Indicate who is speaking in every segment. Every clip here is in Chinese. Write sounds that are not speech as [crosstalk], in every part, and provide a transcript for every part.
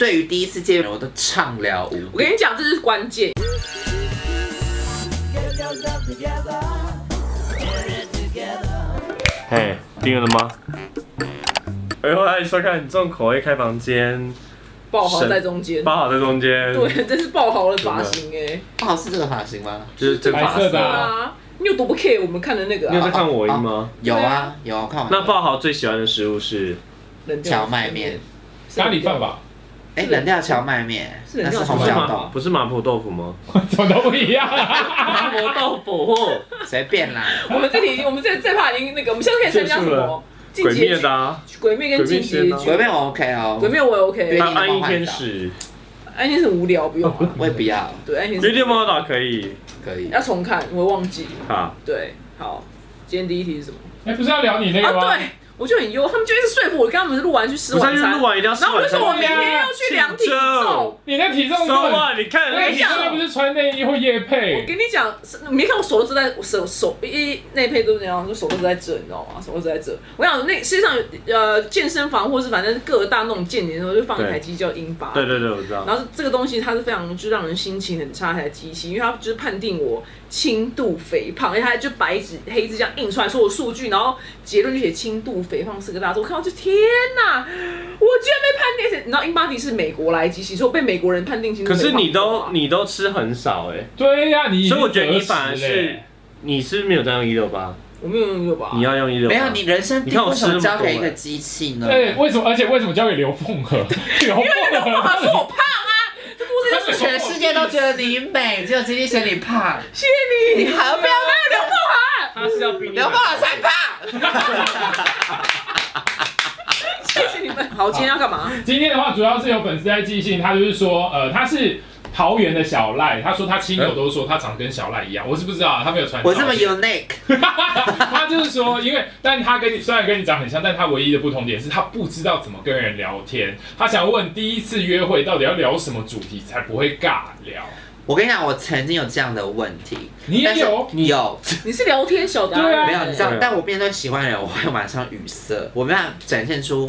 Speaker 1: 对于第一次见面，我都畅聊无
Speaker 2: 我
Speaker 1: 比
Speaker 2: 跟。你讲，这是关键。
Speaker 3: 嘿，订阅了吗？哎，欢迎收看《重口味开房间
Speaker 2: 爆豪在中间》，，
Speaker 3: 八好在中间，
Speaker 2: 对，这是爆豪的发型哎、
Speaker 1: 哦，是这个发型吗？
Speaker 3: 就是这个
Speaker 4: 白色的
Speaker 2: 对
Speaker 4: 啊
Speaker 2: 啊，你有多不 care 我们看的那个
Speaker 3: 你有在
Speaker 2: 啊？
Speaker 3: 看我音吗？
Speaker 1: 有
Speaker 2: 对
Speaker 1: 啊
Speaker 2: 啊，
Speaker 1: 有啊，我看完。
Speaker 3: 那爆豪最喜欢的食物是
Speaker 2: 冷调
Speaker 1: 荞麦面，
Speaker 4: 咖喱饭吧， [laughs]
Speaker 1: 哎，冷调荞麦面，
Speaker 2: 是
Speaker 1: 那
Speaker 2: 冷
Speaker 1: 是
Speaker 2: 调
Speaker 1: 红
Speaker 2: 荞
Speaker 3: 不是
Speaker 2: 麦
Speaker 1: 小
Speaker 2: 面
Speaker 3: 麻 [laughs]
Speaker 1: 豆，
Speaker 3: 不是麻婆豆腐吗？
Speaker 4: 怎么都不一样
Speaker 2: [laughs]
Speaker 4: 啊。
Speaker 3: 麻婆豆腐，
Speaker 1: 随便啦。
Speaker 2: 我们这题已经，我们这这怕已经那个，我们现在可以参加什
Speaker 3: 结束
Speaker 2: 么
Speaker 3: 了？
Speaker 2: 进
Speaker 3: 鬼
Speaker 2: 阶
Speaker 3: 灭的啊，
Speaker 2: 剧，鬼灭跟进阶
Speaker 3: 鬼灭先啊
Speaker 2: 剧
Speaker 1: 鬼，面我 OK 哦，
Speaker 2: 鬼灭我也 OK。
Speaker 1: 对
Speaker 3: 还有暗夜天使，
Speaker 2: 安妮是很无聊，不用
Speaker 3: 哦
Speaker 2: 啊。
Speaker 1: 我也不要，
Speaker 2: 对，安妮
Speaker 3: 有点
Speaker 2: 是
Speaker 3: 魔法可以
Speaker 1: 可以。
Speaker 2: 要重看，我会忘记。
Speaker 3: 啊。
Speaker 2: 对，好，今天第一题是什么？
Speaker 4: 哎，不是要聊你那个
Speaker 2: 啊，
Speaker 4: 吗？
Speaker 2: 对，我就很忧，他们就一直说服我，跟他们录完去吃
Speaker 3: 不
Speaker 2: 晚
Speaker 3: 是，
Speaker 2: 餐，
Speaker 3: 录完一定要吃
Speaker 2: 然后我就
Speaker 3: 晚餐
Speaker 2: 说。我明天要去量体重。
Speaker 4: 你那体重
Speaker 3: 说
Speaker 4: 秤，
Speaker 3: 话，你看
Speaker 2: 我跟
Speaker 3: 那
Speaker 4: 你
Speaker 2: 你
Speaker 3: 个
Speaker 2: 讲
Speaker 4: 现在不是穿内衣或夜
Speaker 2: 我
Speaker 4: 配？
Speaker 2: 跟你讲，是你没看我手都是在我手手一一内配都是怎样，就手都是在这，你知道吗？手都是在这。我想那世界上有呃健身房或是反正各大那种健身的时候就放一台机叫英巴，
Speaker 3: 对对对，我知道。
Speaker 2: 然后这个东西它是非常就是让人心情很差的一台机器，因为它就是判定我轻度肥胖，而且它就白纸黑字这样印出来所有数据，然后结论就写轻度肥胖四个大字。我看到就天哪，我居然被判定！而且你知道 InBody 是美国来的机器，所以我被美国人判定轻度
Speaker 3: 可
Speaker 2: 肥胖。
Speaker 3: 是你都你都吃很少哎，
Speaker 4: 对呀，你已经
Speaker 3: 所以我觉得你反而
Speaker 4: 择时
Speaker 3: 是
Speaker 4: 嘞
Speaker 3: 你是不是没有在用一六八，
Speaker 2: 我没有用过吧？
Speaker 3: 你要用一六八。
Speaker 1: 没有，你人生
Speaker 3: 你看我
Speaker 1: 为什么
Speaker 3: 吃那
Speaker 1: 交
Speaker 3: 么多
Speaker 1: 给一个
Speaker 3: 欸
Speaker 1: 机器呢？
Speaker 4: 对，哎为什么？而且为什么交给刘凤
Speaker 2: [laughs]
Speaker 4: 和？刘凤
Speaker 2: 他
Speaker 4: 和
Speaker 2: 说我胖啊，这故事就是
Speaker 1: 全世界都觉得你美，只有机器嫌你胖，
Speaker 2: 谢谢你，
Speaker 1: 你何必要那个刘梦涵？
Speaker 3: 他是要比你
Speaker 1: 刘梦涵才胖。
Speaker 2: 谢谢你们。好，今天要干嘛？
Speaker 4: 今天的话，主要是有粉丝在寄信，他就是说，呃，他是桃园的小赖，他说他亲友都说他长跟小赖一样，我是不知道啊，他没有传照
Speaker 1: 我
Speaker 4: 片。
Speaker 1: 这么 unique，
Speaker 4: [laughs] 他就是说，因为，但他跟你虽然跟你长很像，但他唯一的不同点是他不知道怎么跟人聊天。他想问第一次约会到底要聊什么主题才不会尬聊？
Speaker 1: 我跟你讲，我曾经有这样的问题，
Speaker 4: 你也
Speaker 1: 但是
Speaker 4: 有
Speaker 1: 有。
Speaker 2: 你是聊天小达人
Speaker 4: 对啊
Speaker 1: 没有，你知道
Speaker 3: 对，
Speaker 1: 但我面对喜欢的人，我会马上语塞，我没办法展现出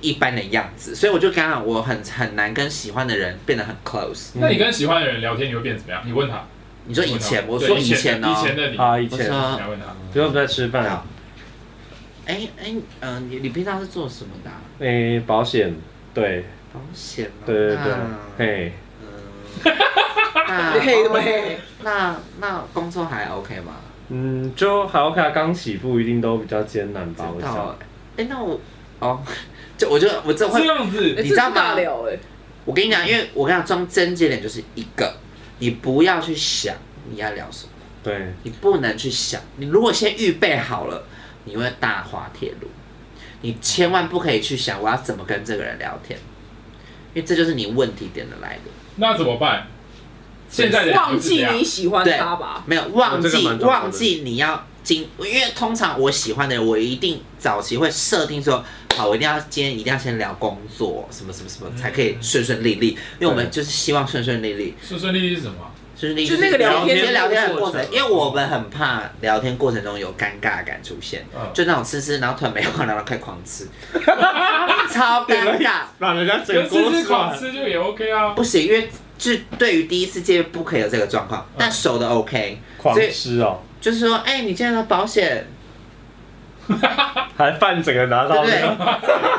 Speaker 1: 一般的样子，所以我就刚好我很很难跟喜欢的人变得很 close。
Speaker 4: 那你跟喜欢的人聊天，你会变怎么样？你问他。
Speaker 1: 你说以前，我说
Speaker 4: 对
Speaker 1: 以前
Speaker 4: 的
Speaker 1: 哦
Speaker 4: 以，前的你，
Speaker 3: 啊，以
Speaker 1: 我
Speaker 3: 前。
Speaker 4: 你
Speaker 1: 说，
Speaker 4: 来问他。
Speaker 3: 比如我们在吃饭，
Speaker 1: 哎哎，嗯，你你平常是做什么的啊？
Speaker 3: 诶、哎保险，对
Speaker 1: 保险哦。
Speaker 3: 对对对
Speaker 1: 那，
Speaker 3: 嘿，
Speaker 1: 那
Speaker 2: [laughs] 你黑的吗？黑？
Speaker 1: 那那工作还 OK 吗？
Speaker 3: 嗯，就还 OK 啊，刚起步一定都比较艰难吧，我
Speaker 1: 知道
Speaker 3: 想。。
Speaker 1: 哎，那我哦， [laughs] 就我就我这会
Speaker 4: 这，样子，
Speaker 2: 哎
Speaker 1: 你知道吗
Speaker 2: 这是尬聊哎，
Speaker 1: 我跟你讲，因为我跟你讲，装真节点就是一个，你不要去想你要聊什么，
Speaker 3: 对，
Speaker 1: 你不能去想。你如果先预备好了，你会大滑铁卢。你千万不可以去想我要怎么跟这个人聊天，因为这就是你问题点的来源。
Speaker 4: 那怎么办？现在的人
Speaker 2: 忘
Speaker 4: 就是这
Speaker 2: 记
Speaker 4: 样
Speaker 2: 你喜欢
Speaker 1: 对
Speaker 2: 他吧？
Speaker 1: 没有忘
Speaker 3: 哦这个
Speaker 1: 记
Speaker 3: 蛮重要的
Speaker 1: 忘记你要经，因为通常我喜欢的人，我一定早期会设定说，好，我一定要今天一定要先聊工作，什么什么什么，才可以顺顺利利。因为我们就是希望顺顺利利，
Speaker 4: 顺顺利利是什么？
Speaker 1: 顺顺利利
Speaker 2: 就那个啊聊天
Speaker 1: 就是聊天的过
Speaker 3: 过
Speaker 1: 程
Speaker 3: 程，
Speaker 1: 因为我们很怕聊天过程中有尴尬感出现，
Speaker 4: 嗯
Speaker 1: 就那种吃吃，然后突然没话聊，然后开始狂
Speaker 2: [laughs]
Speaker 1: 吃，超尴尬。
Speaker 3: 把人家
Speaker 4: 跟吃吃狂吃就也 OK 啊。
Speaker 1: 不行，因为就是对于第一次见面不可以有这个状
Speaker 2: 嗯
Speaker 1: 况，但熟的 OK，
Speaker 3: 狂
Speaker 1: 所以
Speaker 3: 吃哦，
Speaker 1: 就是说，哎、你今天的保险。
Speaker 3: 还饭整个拿
Speaker 1: 对
Speaker 3: 到
Speaker 1: 不
Speaker 3: 那
Speaker 1: 对
Speaker 3: 个，？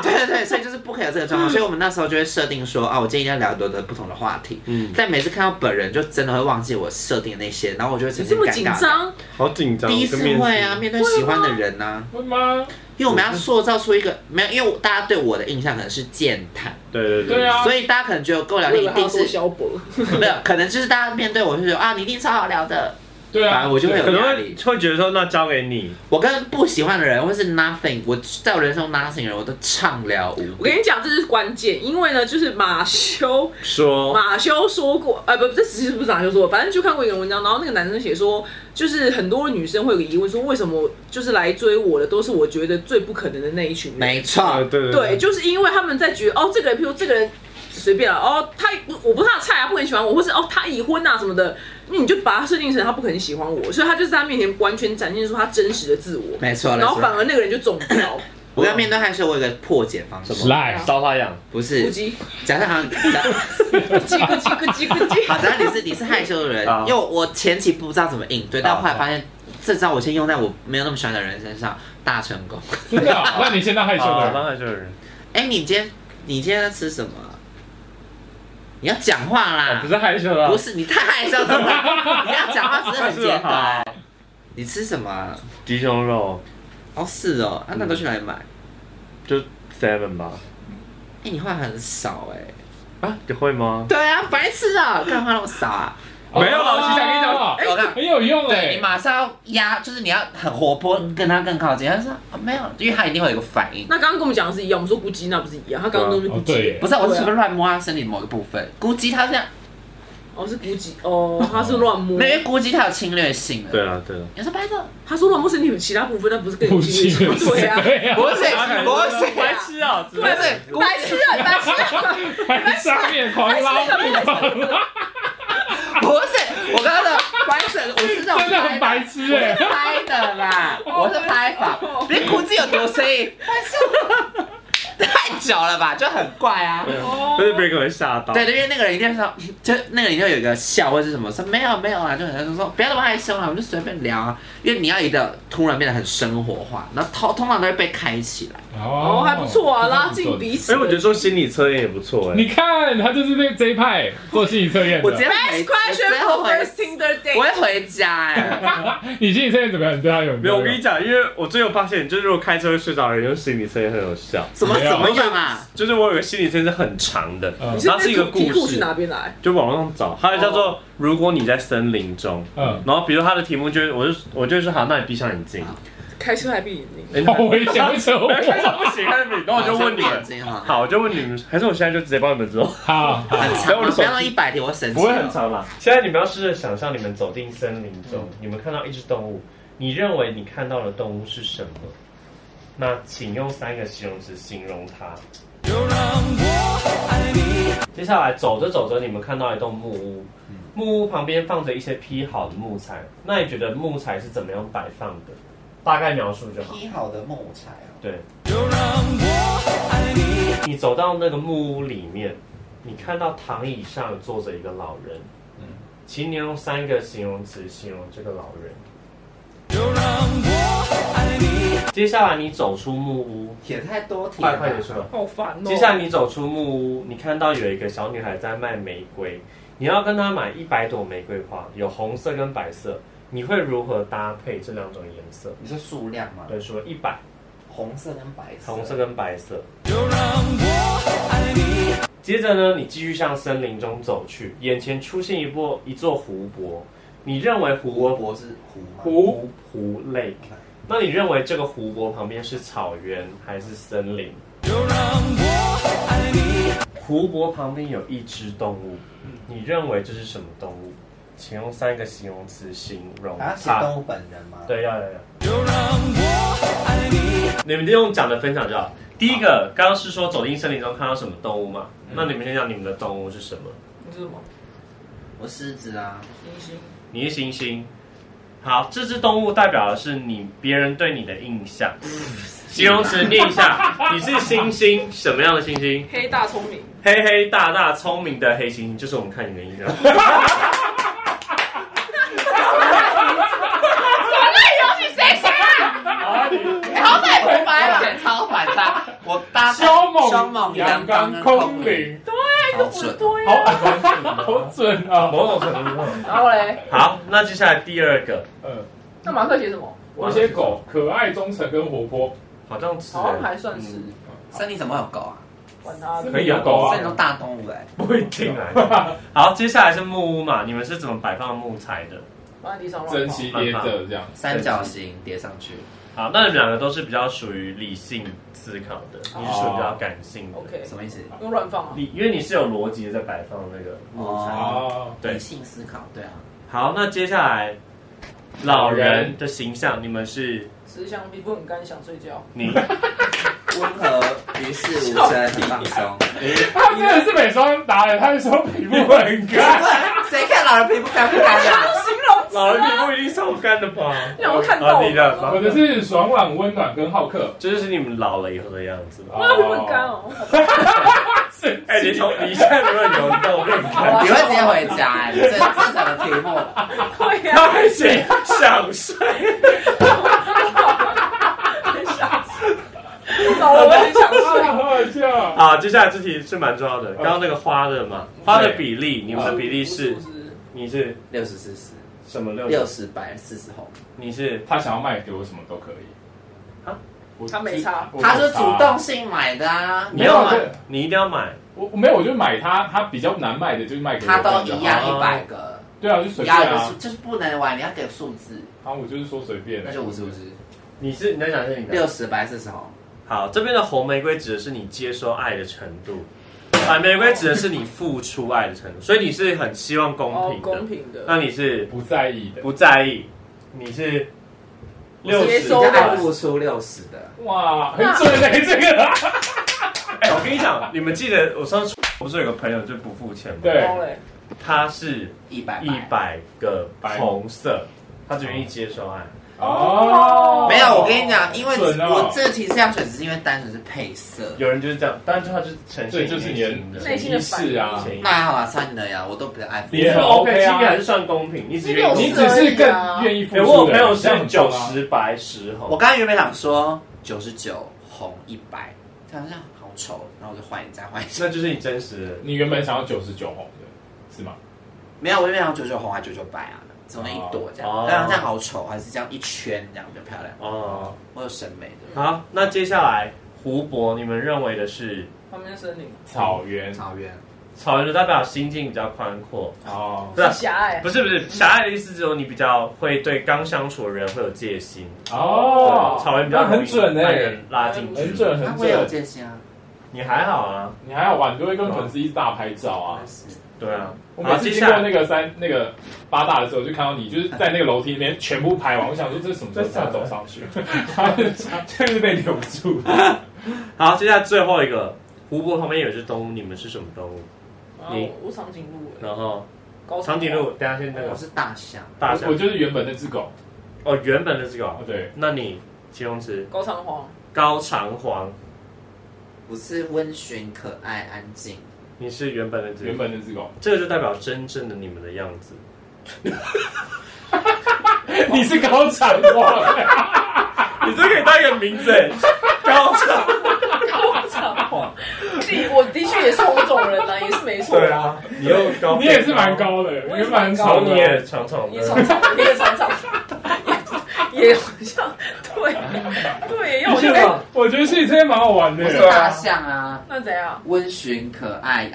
Speaker 1: [laughs] 对对对，所以就是不可以有这个
Speaker 2: 嗯
Speaker 1: 状况，所以我们那时候就会设定说，啊，我今天要聊很多的不同的话题，
Speaker 3: 嗯，
Speaker 1: 但每次看到本人就真的会忘记我设定的那些，然后我就会
Speaker 2: 你
Speaker 1: 呈
Speaker 2: 这
Speaker 1: 现
Speaker 2: 么
Speaker 1: 尴
Speaker 2: 紧
Speaker 1: 尬。
Speaker 2: 张，
Speaker 3: 好紧张，
Speaker 1: 第一次
Speaker 3: 跟面试
Speaker 1: 会啊，，面对喜欢的人啊呐、
Speaker 4: 会吗？
Speaker 1: 因为我们要塑造出一个没有，因为我大家对我的印象可能是健谈，
Speaker 3: 对对对，
Speaker 4: 对啊
Speaker 1: 所以大家可能觉得我跟我聊
Speaker 2: 我以
Speaker 1: 天
Speaker 2: 为
Speaker 1: 一
Speaker 2: 他要
Speaker 1: 定
Speaker 2: 说
Speaker 1: 是
Speaker 2: 萧伯，
Speaker 1: 没有，可能就是大家面对我就觉得啊，你一定超好聊的，
Speaker 4: 对
Speaker 1: 反
Speaker 4: 啊
Speaker 1: 而，我就会
Speaker 3: 可
Speaker 1: 有
Speaker 3: 能
Speaker 1: 压
Speaker 3: 会
Speaker 1: 力。
Speaker 3: 会觉得说那交给你，
Speaker 1: 我跟不喜欢的人或是 nothing，我在我人生中 nothing 的人，我都畅聊无
Speaker 2: 我
Speaker 1: 比
Speaker 2: 跟。你讲，这是关键，因为呢，就是马修
Speaker 3: 说
Speaker 2: 马修说过，呃，不，这其实不是马修说的，反正就看过一个文章，然后那个男生写说，就是很多女生会有个疑问，说为什么就是来追我的都是我觉得最不可能的那一群人？
Speaker 1: 没
Speaker 3: 啊，
Speaker 1: 错，
Speaker 3: 对
Speaker 2: 对，，就是因为他们在觉得哦，这个人，譬如这个人随便啊，哦，他我不是他的菜啊，不可能喜欢我，或是哦他已婚啊什么的，你就把他设定成他不可能喜欢我，所以他就是在他面前完全展现出他真实的自我，
Speaker 1: 没错，
Speaker 2: 然后
Speaker 1: 没错 [laughs]
Speaker 2: 反而那个人就中标。
Speaker 1: 我跟面对害羞，我有个破解方式。
Speaker 5: 来，
Speaker 3: 烧花样，
Speaker 1: 不
Speaker 2: 咕
Speaker 1: 是，
Speaker 2: 叽
Speaker 1: 假设好像，假 [laughs]
Speaker 2: 咕叽咕叽咕叽咕叽，
Speaker 1: 好，假设你是你是害羞的人
Speaker 2: 啊
Speaker 3: 好，
Speaker 1: 因为我前期不知道怎么应对，但
Speaker 3: 好
Speaker 1: 后来发现这招我先用在我没有那么喜欢的人身上，大成功。
Speaker 4: 真的哦、那你先当害羞的
Speaker 3: 好，
Speaker 4: 人，
Speaker 3: 帮害羞的人。
Speaker 1: 哎，你今天你今天在吃什么啊？你要讲话啦，
Speaker 3: 不是害羞啦，
Speaker 1: 不是你太害羞了， [laughs] 你要讲话只是很简单
Speaker 3: 好。
Speaker 1: 你吃什么啊？
Speaker 3: 鸡胸肉
Speaker 1: 哦，是哦，啊，那
Speaker 2: 嗯
Speaker 1: 都去哪里买？
Speaker 3: 就 seven 吧。
Speaker 1: 哎，你话很少哎。
Speaker 3: 啊，你会吗？
Speaker 1: 对啊，白痴啊，干嘛那么少啊？
Speaker 2: [laughs]
Speaker 4: 哦
Speaker 3: 没有老师想跟你讲
Speaker 4: 哦
Speaker 1: 哎我看
Speaker 4: 很有用
Speaker 1: 对
Speaker 4: 哎
Speaker 1: 你。马上要压，就是你要很活泼，跟他更靠近。他说、啊没有，因为他一定会有一个反应。
Speaker 2: 那刚刚跟我们讲的是一样，我们说咕叽那不是一样，他刚刚都是
Speaker 4: 哦
Speaker 2: 咕，
Speaker 4: 对
Speaker 2: 叽，
Speaker 4: 耶
Speaker 1: 不，是，我是不
Speaker 2: 对啊
Speaker 1: 是乱摸他身体某个部
Speaker 2: 嗯
Speaker 1: 分？估计他这样，
Speaker 2: 哦是咕叽哦，他是乱摸
Speaker 1: 没，有因为估计他有侵略性的。
Speaker 3: 对，啊，对啊。
Speaker 1: 你说白色，
Speaker 2: 他说乱摸身体有其他部分，那不是更有
Speaker 4: [laughs] 不
Speaker 2: 侵
Speaker 4: 是
Speaker 2: 略性？对啊，
Speaker 4: 对啊，
Speaker 1: 不是
Speaker 3: 哎
Speaker 1: 不是
Speaker 3: 白痴啊！不
Speaker 1: 不是估
Speaker 2: 白痴啊白痴啊，
Speaker 4: 还上面狂拉狂拉，
Speaker 1: [laughs] 不是，我刚刚的白色，我是那种
Speaker 4: 真的很白痴哎、
Speaker 1: 我是拍的啦，
Speaker 2: 哦
Speaker 1: 我是拍法，你估计有多深？白色太久了吧，就很怪啊。
Speaker 3: 不是 break 会吓到。
Speaker 1: 对，因为那个人一定说，就那个人就有一个笑或是什么，说没有没有啦，啊就很多人说不要那么害羞啦，我们就随便聊啊。因为你要一个突然变得很生活化，然后通通常都会被开起来。
Speaker 2: 哦还不错啊，拉近
Speaker 4: 此。
Speaker 2: 彼此
Speaker 3: 哎，。我觉得做心理测验也不错
Speaker 4: 你
Speaker 3: 哎。
Speaker 4: 看，他就是那个 J 派做心理测验的。
Speaker 1: 我直接
Speaker 2: Best
Speaker 1: 回，我直
Speaker 2: question
Speaker 1: 接
Speaker 2: for
Speaker 1: 回
Speaker 2: first，Tinder
Speaker 1: 我
Speaker 2: date。
Speaker 1: 会回家哎、
Speaker 4: 你心理测验怎么样？你对他有
Speaker 3: 没有，我跟你
Speaker 4: 你
Speaker 3: 讲，因为我最后发现，就是如果开车会睡着的人用心理测验很有效。
Speaker 1: 怎么怎么样啊？
Speaker 3: [laughs] 就是我有个心理测验是很长的，
Speaker 4: 嗯
Speaker 3: 它是一个
Speaker 2: 题
Speaker 3: 故
Speaker 2: 库去
Speaker 3: 事，啊哦
Speaker 2: 哪边来？
Speaker 3: 就网络上找，它叫做“如果你在森林中”。
Speaker 4: 嗯，
Speaker 3: 然后比如它的题目就是，我就我就说好，那你闭上眼睛。
Speaker 2: 开车还闭眼睛。
Speaker 3: 哎
Speaker 4: 好危险，为什么
Speaker 3: 不要开车
Speaker 4: 我？
Speaker 3: 不行，开车不行。然后我就问你
Speaker 1: 好像眼
Speaker 3: 们，
Speaker 1: 睛哈，
Speaker 3: 好，我就问你们，还是我现在就直接帮你们做。
Speaker 4: 好，
Speaker 1: 很
Speaker 3: 不要
Speaker 1: 长
Speaker 3: 我
Speaker 1: 吗，不
Speaker 3: 的手机
Speaker 1: 要到一百题，我神奇、
Speaker 3: 不会很
Speaker 1: 哦。
Speaker 3: 长啦。现在你们要试着想象，你们走进森林中，
Speaker 1: 嗯
Speaker 3: 你们看到一只动物，你认为你看到的动物是什么？那请用三个形容词形容它。接下来走着走着，你们看到一栋木屋，
Speaker 1: 嗯
Speaker 3: 木屋旁边放着一些劈好的木材。那你觉得木材是怎么样摆放的？大概描述就好。
Speaker 1: 劈好的木材哦，
Speaker 3: 对。你走到那个木屋里面，你看到躺椅上坐着一个老人，请你用三个形容词形容这个老人。接下来你走出木屋，
Speaker 1: 也太多题了吧。
Speaker 3: 快快点说。
Speaker 2: 好烦哦。
Speaker 3: 接下来你走出木屋，你看到有一个小女孩在卖玫瑰，你要跟她买一百朵玫瑰花，有红色跟白色，你会如何搭配这两种颜色？
Speaker 1: 你说数量吗？
Speaker 3: 对，说一百。
Speaker 1: 红色跟白色。
Speaker 3: 红色跟白色。接着呢，你继续向森林中走去，眼前出现一波一座湖泊，你认为湖
Speaker 1: 湖
Speaker 3: 泊
Speaker 1: 泊是湖吗？
Speaker 3: 湖湖 lake，那你认为这个湖泊旁边是草原还是森林？湖泊旁边有一只动物，你认为这是什么动物？请用三个形容词形容
Speaker 6: 啊
Speaker 1: 还要写
Speaker 3: 它。
Speaker 1: 动物本人吗？
Speaker 3: 对，要要要。你们就用讲的分享就好。第一个，刚刚是说走进森林中看到什么动物嘛？那你们先讲你们的动物是什么？
Speaker 2: 你是什么？
Speaker 1: 我狮子啊。
Speaker 2: 星星。
Speaker 3: 你是猩猩。好，这只动物代表的是你别人对你的印 [laughs] 象。形容词念一 [laughs] 下，你是猩猩，什么样的猩猩？
Speaker 2: 黑大聪
Speaker 3: [laughs]
Speaker 2: 明。
Speaker 3: 黑黑大大聪明的黑猩猩，就是我们看你的 [laughs] 印象。哎
Speaker 1: 超反不白
Speaker 3: 啊
Speaker 1: 了，超反差。我搭
Speaker 4: 凶猛、
Speaker 1: 凶猛、
Speaker 4: 阳
Speaker 1: 阳
Speaker 4: 刚、
Speaker 1: 刚、
Speaker 4: 空，灵，
Speaker 1: 好准。
Speaker 2: 对
Speaker 4: 好
Speaker 2: 啊。
Speaker 4: 好准啊！
Speaker 3: 某种程度上。
Speaker 2: 然后嘞，
Speaker 3: 好，那接下来第二个，
Speaker 4: 嗯，
Speaker 2: 那马克写什么？
Speaker 4: 我写狗，可爱、忠诚跟活泼，
Speaker 3: 好像是，
Speaker 2: 好像还算是，
Speaker 3: 嗯
Speaker 1: 森林怎么会有狗啊？
Speaker 2: 管他的。
Speaker 3: 可以啊，狗啊
Speaker 1: 森林。都大动物哎。
Speaker 3: 不一定啊。 [laughs] 好，接下来是木屋嘛，你们是怎么摆放木材的？
Speaker 2: 放在地上乱
Speaker 4: 珍
Speaker 2: 跑
Speaker 4: 惜跌者这样。
Speaker 1: 三角形叠上去，
Speaker 3: 好，那你们两个都是比较属于理性思考的，你是属于比较感性的。
Speaker 2: 哦 OK，
Speaker 1: 什么意思？
Speaker 2: 用乱放啊。
Speaker 3: 你因为你是有逻辑的在摆放那个木材。
Speaker 4: 哦，
Speaker 3: 对
Speaker 1: 理性思考，对啊。
Speaker 3: 好，那接下来老人的形象，你们是
Speaker 2: 吃香槟不很干，想睡觉。
Speaker 3: [laughs] 你
Speaker 1: 温和、于事无争、很放松。
Speaker 4: 他啊真的是美妆达人，他是说皮肤很干。
Speaker 3: [laughs]
Speaker 1: 谁看老人皮肤干不干的？
Speaker 2: 形容
Speaker 3: 老人饼不一定是好看的吧？
Speaker 2: 让我看到
Speaker 3: 啊你的
Speaker 2: 了
Speaker 4: 我的是爽朗、温暖跟好客。
Speaker 3: 这就是你们老了以后的样子吧？
Speaker 2: 哇，这么干哦！
Speaker 3: 哎，你从你现在如果有到润看，
Speaker 1: 你会直接回家、欸？这这什么题目？
Speaker 2: 对啊呀、
Speaker 3: [laughs] [laughs] 他还写想睡，
Speaker 2: 很想睡老了我很想
Speaker 4: [laughs] 啊，
Speaker 2: 睡。
Speaker 4: 好好笑。
Speaker 3: 啊，接下来这题是蛮重要的，刚刚那个花的嘛，花的比例，你们的比例是
Speaker 2: 不，是
Speaker 3: 你是
Speaker 1: 六十四十，
Speaker 3: 什么六
Speaker 1: 六十白，四十红。
Speaker 3: 你是
Speaker 4: 他想要卖给我什么都可以。
Speaker 3: 啊
Speaker 4: 我
Speaker 2: 他没差
Speaker 4: 我啊
Speaker 1: 他是主动性买的啊，
Speaker 3: 你
Speaker 1: 没有
Speaker 3: 要
Speaker 4: 没
Speaker 1: 啊
Speaker 4: 有
Speaker 3: 买，你一定要买，
Speaker 4: 我我没有，我就买它，它比较难卖的，就是卖给我
Speaker 1: 他都一样
Speaker 4: 就好
Speaker 1: 一百个，
Speaker 4: 对啊，我就随
Speaker 1: 一
Speaker 4: 便
Speaker 1: 样就是
Speaker 4: 啊。
Speaker 1: 就是不能玩，你要给数字，
Speaker 4: 啊，我就是说随便。
Speaker 1: 那就五十五。十，
Speaker 3: 你是你在讲是你的
Speaker 1: 六十白，四十红。
Speaker 3: 好，这边的红玫瑰指的是你接受爱的程度，白玫瑰指的是你付出爱的程度，所以你是很希望公
Speaker 2: 哦，
Speaker 3: 平的。
Speaker 2: 公平的。
Speaker 3: 那你是
Speaker 4: 不在意的。
Speaker 3: 不在意，你是六
Speaker 2: 接
Speaker 3: 十
Speaker 2: 收
Speaker 1: 人家爱
Speaker 2: 吧
Speaker 1: 付出六十的，
Speaker 4: 哇，很准嘞，这个。
Speaker 3: 哎、我跟你讲，你们记得我上次不是有个朋友就不付钱吗？
Speaker 4: 对
Speaker 2: 包嘞
Speaker 3: 他是
Speaker 1: 一百
Speaker 3: 一
Speaker 1: 白。
Speaker 3: 百个红色，他只愿意接受爱。
Speaker 4: 哦，
Speaker 1: 没有，我跟你讲，因为
Speaker 4: 准哦
Speaker 1: 我这题是要选，只是因为单纯是配色。
Speaker 3: 有人就是这样，但是他就是呈
Speaker 4: 这
Speaker 3: 现
Speaker 4: 就是你
Speaker 3: 你
Speaker 4: 的
Speaker 2: 内心
Speaker 4: 意识啊。
Speaker 3: 潜意识
Speaker 1: 那还好啦，算你的呀，我都比较爱付
Speaker 3: 你是
Speaker 4: 也很
Speaker 1: 出。
Speaker 3: OK，
Speaker 4: OK 啊
Speaker 3: 其实还是算公平，你只愿
Speaker 4: 你
Speaker 3: 意。
Speaker 4: 只是
Speaker 1: 啊
Speaker 4: 更愿意付
Speaker 3: 哎，
Speaker 4: 出。
Speaker 3: 我有朋友是
Speaker 4: 这样
Speaker 3: 九
Speaker 4: 很棒啊。
Speaker 3: 十白十红，
Speaker 1: 我刚刚原本想说九十九红一百，他好像好丑，然后我就换一张换一张。
Speaker 3: 那就是你真实的。
Speaker 4: 你原本想要九十九红的，是吗？
Speaker 1: 没有，我原本想九九红还九九白啊，总了一朵这
Speaker 3: 哦
Speaker 1: 样，但好像好丑，还是这样一圈这样比较漂亮。
Speaker 3: 哦，
Speaker 1: 我有审美的
Speaker 3: 好，那接下来湖泊，你们认为的是
Speaker 2: 旁边森林，
Speaker 4: 草原。
Speaker 1: 草原，
Speaker 3: 草原的代表心境比较宽阔，
Speaker 4: 哦
Speaker 3: 对啊
Speaker 2: 很狭隘。
Speaker 3: 不是不是，狭隘的意思只有你比较会对刚相处的人会有戒心。
Speaker 4: 哦
Speaker 3: 对，草原比较
Speaker 4: 那很准
Speaker 3: 哎、
Speaker 4: 哎，
Speaker 3: 人拉进去，
Speaker 4: 很准
Speaker 1: 那
Speaker 4: 很
Speaker 1: 我也有
Speaker 4: 准。
Speaker 1: 戒心啊，
Speaker 3: 你还好啊，
Speaker 4: 你还好吧？你都会跟粉丝一直大拍照啊
Speaker 1: 但。是
Speaker 3: 对啊。
Speaker 4: 我
Speaker 3: 好，
Speaker 4: 每
Speaker 3: 接
Speaker 4: 次经
Speaker 3: 下
Speaker 4: 过
Speaker 3: 来
Speaker 4: 那个三那个八大的时候，就看到你就是在那个楼梯里面全部排完，我想说这是什么时候才走上
Speaker 3: [laughs]
Speaker 4: 去？就是被留 [laughs] 住。
Speaker 3: 好，接下来最后一个湖泊旁边有一只动物，你们是什么动物？
Speaker 2: 啊
Speaker 3: 你
Speaker 2: 我我长颈鹿
Speaker 3: 然后
Speaker 2: 哎，
Speaker 3: 长颈鹿，等一下先那
Speaker 1: 我
Speaker 3: 个
Speaker 1: 是大象，
Speaker 3: 大象
Speaker 4: 我就是原本那只狗。
Speaker 3: 哦，原本的这个
Speaker 4: 哦
Speaker 3: 哦，，
Speaker 4: 对，
Speaker 3: 那你形容词
Speaker 2: 高长黄，
Speaker 3: 高长黄，
Speaker 1: 我是温驯、可爱、安静。
Speaker 3: 你是原本的这个
Speaker 4: 原本那只狗。
Speaker 3: 这个就代表真正的你们的样子。
Speaker 4: [laughs] 你是高产
Speaker 3: [laughs]
Speaker 4: 花，
Speaker 3: 你这可以当一个名字 [laughs] 哎，高长。
Speaker 2: 高长黄。你我的确也是红种人呐，也是没错。
Speaker 3: 对，啊，你又高，
Speaker 4: 你也是蛮，高的，
Speaker 2: 我
Speaker 4: 你
Speaker 2: 也
Speaker 4: 也
Speaker 2: 是蛮
Speaker 4: 蛮
Speaker 2: 高
Speaker 4: 高
Speaker 3: 然后
Speaker 4: 的。
Speaker 3: 你也长长
Speaker 2: 也
Speaker 3: 的，
Speaker 2: 长长，你也长长，也也好像对对，要我就
Speaker 3: 你是吗
Speaker 2: 哎，
Speaker 4: 我觉得是这些蛮好玩
Speaker 1: 我是
Speaker 4: 的。
Speaker 1: 大象啊，
Speaker 2: 那怎样？
Speaker 1: 温驯、可爱、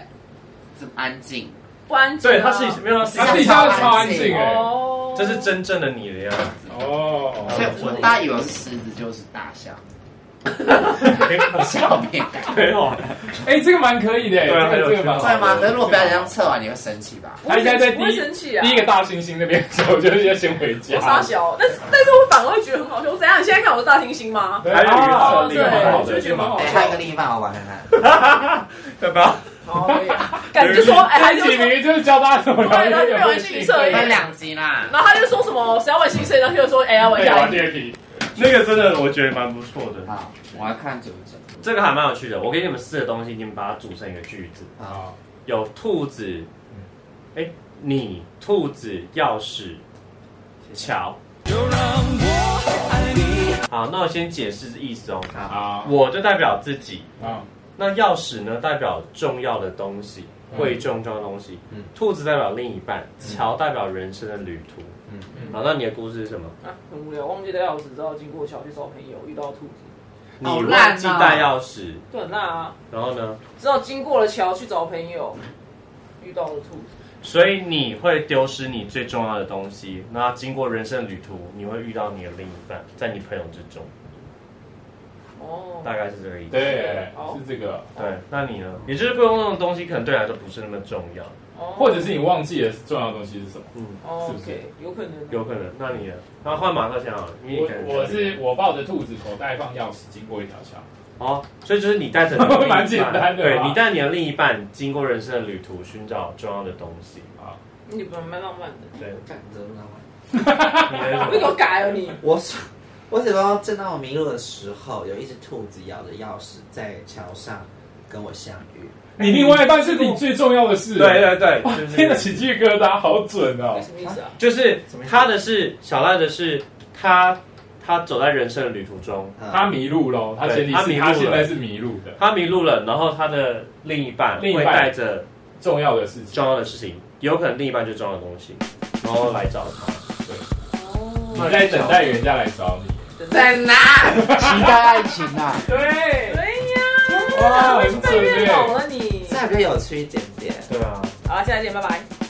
Speaker 1: 这么安静。
Speaker 2: 不安静啊。
Speaker 3: 对，他是没有，他是
Speaker 4: 他自己家超安静哎。
Speaker 2: 哦，
Speaker 3: 这是真正的你的样子。 [laughs]
Speaker 4: 哦，
Speaker 1: 所以我大家以为是狮子就是大象，笑扁。
Speaker 3: 没有，啊
Speaker 4: 哎，这个蛮可以的，
Speaker 3: 对啊
Speaker 4: 这
Speaker 3: 很有
Speaker 4: 个
Speaker 3: 趣
Speaker 4: 这个蛮好
Speaker 1: 对
Speaker 4: 玩
Speaker 1: 吗？
Speaker 4: 的。
Speaker 1: 可是如果不要这样测完，你会生气吧？
Speaker 2: 我会
Speaker 4: 他应该在第
Speaker 2: 我会生气
Speaker 4: 一
Speaker 2: 啊
Speaker 4: 第一个大猩猩那边的时候，就是要先回
Speaker 2: 我傻
Speaker 4: 家。
Speaker 2: 小，但是但是我反而会觉得很好笑。我怎样？你现在看我是大猩猩
Speaker 4: [laughs]
Speaker 2: 吗？
Speaker 4: 对
Speaker 3: 还有一个
Speaker 4: 啊
Speaker 2: 设定
Speaker 4: 这个蛮好
Speaker 2: 哦对
Speaker 4: 的，这个蛮好
Speaker 1: 哎，
Speaker 4: 的。
Speaker 1: 还有个另一半，我玩看看。
Speaker 3: 对吧？
Speaker 2: 好，可以感觉说，哎，还
Speaker 4: 这
Speaker 2: 是
Speaker 4: 一集明明就是教大家怎么
Speaker 2: 对
Speaker 4: 聊
Speaker 2: 他就没有
Speaker 4: 这
Speaker 2: 玩
Speaker 4: 个
Speaker 2: 心理测
Speaker 1: 分
Speaker 2: 验
Speaker 1: 两集啦。
Speaker 2: 然后他就说什么谁要玩新生，然后就说哎要玩
Speaker 4: 对，
Speaker 2: 下
Speaker 4: 玩
Speaker 2: 一
Speaker 4: 猎皮。
Speaker 3: 那个真的我觉得蛮不错的，
Speaker 1: 好，我要看准不准。
Speaker 3: 这个还蛮有趣的。我给你们四个东西，你们把它组成一个句子，
Speaker 1: 好，
Speaker 4: 好，
Speaker 3: 有兔子，哎，你兔子钥匙，桥。好，那我先解释意思哦。
Speaker 4: 好，
Speaker 3: 我就代表自己，
Speaker 4: 好，
Speaker 3: 那钥匙呢代表重要的东西，
Speaker 4: 嗯
Speaker 3: 贵重重要的东西。
Speaker 1: 嗯
Speaker 3: 兔子代表另一半，桥代表人生的旅途。
Speaker 1: 嗯
Speaker 3: 好，那你的故事是什么？
Speaker 2: 啊，很无聊，忘记带钥匙，之后经过小区找朋友，遇到兔子，
Speaker 3: 你
Speaker 1: 好
Speaker 3: 忘
Speaker 1: 烂哦
Speaker 3: 记带钥匙，
Speaker 2: 就很辣啊。
Speaker 3: 然后呢？
Speaker 2: 之后经过了桥去找朋友，遇到了兔子，
Speaker 3: 所以你会丢失你最重要的东西。那经过人生的旅途，你会遇到你的另一半，在你朋友之中，
Speaker 2: 哦，
Speaker 3: 大概是这个意思。
Speaker 4: 对，
Speaker 2: 好
Speaker 4: 是这个，
Speaker 3: 对，那你呢？也就是贵重的东西可能对你来说不是那么重要，
Speaker 2: 哦
Speaker 4: 或者是你忘记了重要的东西是什么？
Speaker 3: 嗯，
Speaker 2: 哦
Speaker 4: 是不是
Speaker 2: OK，有可能
Speaker 3: 有可能。那你呢？那换马克先好了，你也可能
Speaker 4: 我我是我抱着兔子，口袋放钥匙，经过一条桥。
Speaker 3: 哦，所以就是你带着
Speaker 4: [laughs]
Speaker 3: 你的另一半
Speaker 4: 蛮简单的啊
Speaker 3: 对你带你的另一半经过人生的旅途，寻找重要的东西。
Speaker 4: 啊，
Speaker 2: 你本来蛮浪漫的，
Speaker 3: 对，
Speaker 1: 看你怎么玩。
Speaker 3: 你的是什
Speaker 2: 你给我
Speaker 3: 么？
Speaker 4: [laughs]
Speaker 2: 改了你。
Speaker 6: 我是我只要正当我迷路的时候，有一只兔子咬着钥匙在桥上跟我相遇。
Speaker 4: 你另外一半是你最重要的事。
Speaker 3: 对对对，
Speaker 4: 哇，
Speaker 3: 就
Speaker 4: [laughs] 天哪，
Speaker 3: 是
Speaker 4: 起鸡皮疙瘩，好准哦！
Speaker 2: 什么意思啊？
Speaker 3: 就是
Speaker 6: 什么意思
Speaker 3: 他的是小赖的是他他走在人生的旅途中，
Speaker 6: 嗯
Speaker 4: 他迷路喽，他前
Speaker 3: 对
Speaker 4: 提
Speaker 3: 他迷
Speaker 4: 是
Speaker 3: 路
Speaker 4: 他
Speaker 3: 了
Speaker 4: 现在是迷路的，
Speaker 3: 他迷路了，然后他的另一半
Speaker 4: 另一
Speaker 3: 会
Speaker 4: 半
Speaker 3: 带着
Speaker 4: 重要的事情。
Speaker 3: 重要的事情，有可能另一半就是重要的东西，然后来找他。
Speaker 4: 你
Speaker 2: 哦，
Speaker 4: 在等待人家来找你。
Speaker 6: 在哪？
Speaker 1: 期待爱情啊！
Speaker 4: 对，
Speaker 2: 哎呀，
Speaker 4: 哇，
Speaker 2: 我
Speaker 4: 很
Speaker 2: 越
Speaker 4: 准
Speaker 2: 来越
Speaker 4: 耶！
Speaker 2: 懂了你。
Speaker 6: 这样比较有趣一点点。
Speaker 3: 对啊，
Speaker 2: 好，下次见，拜拜。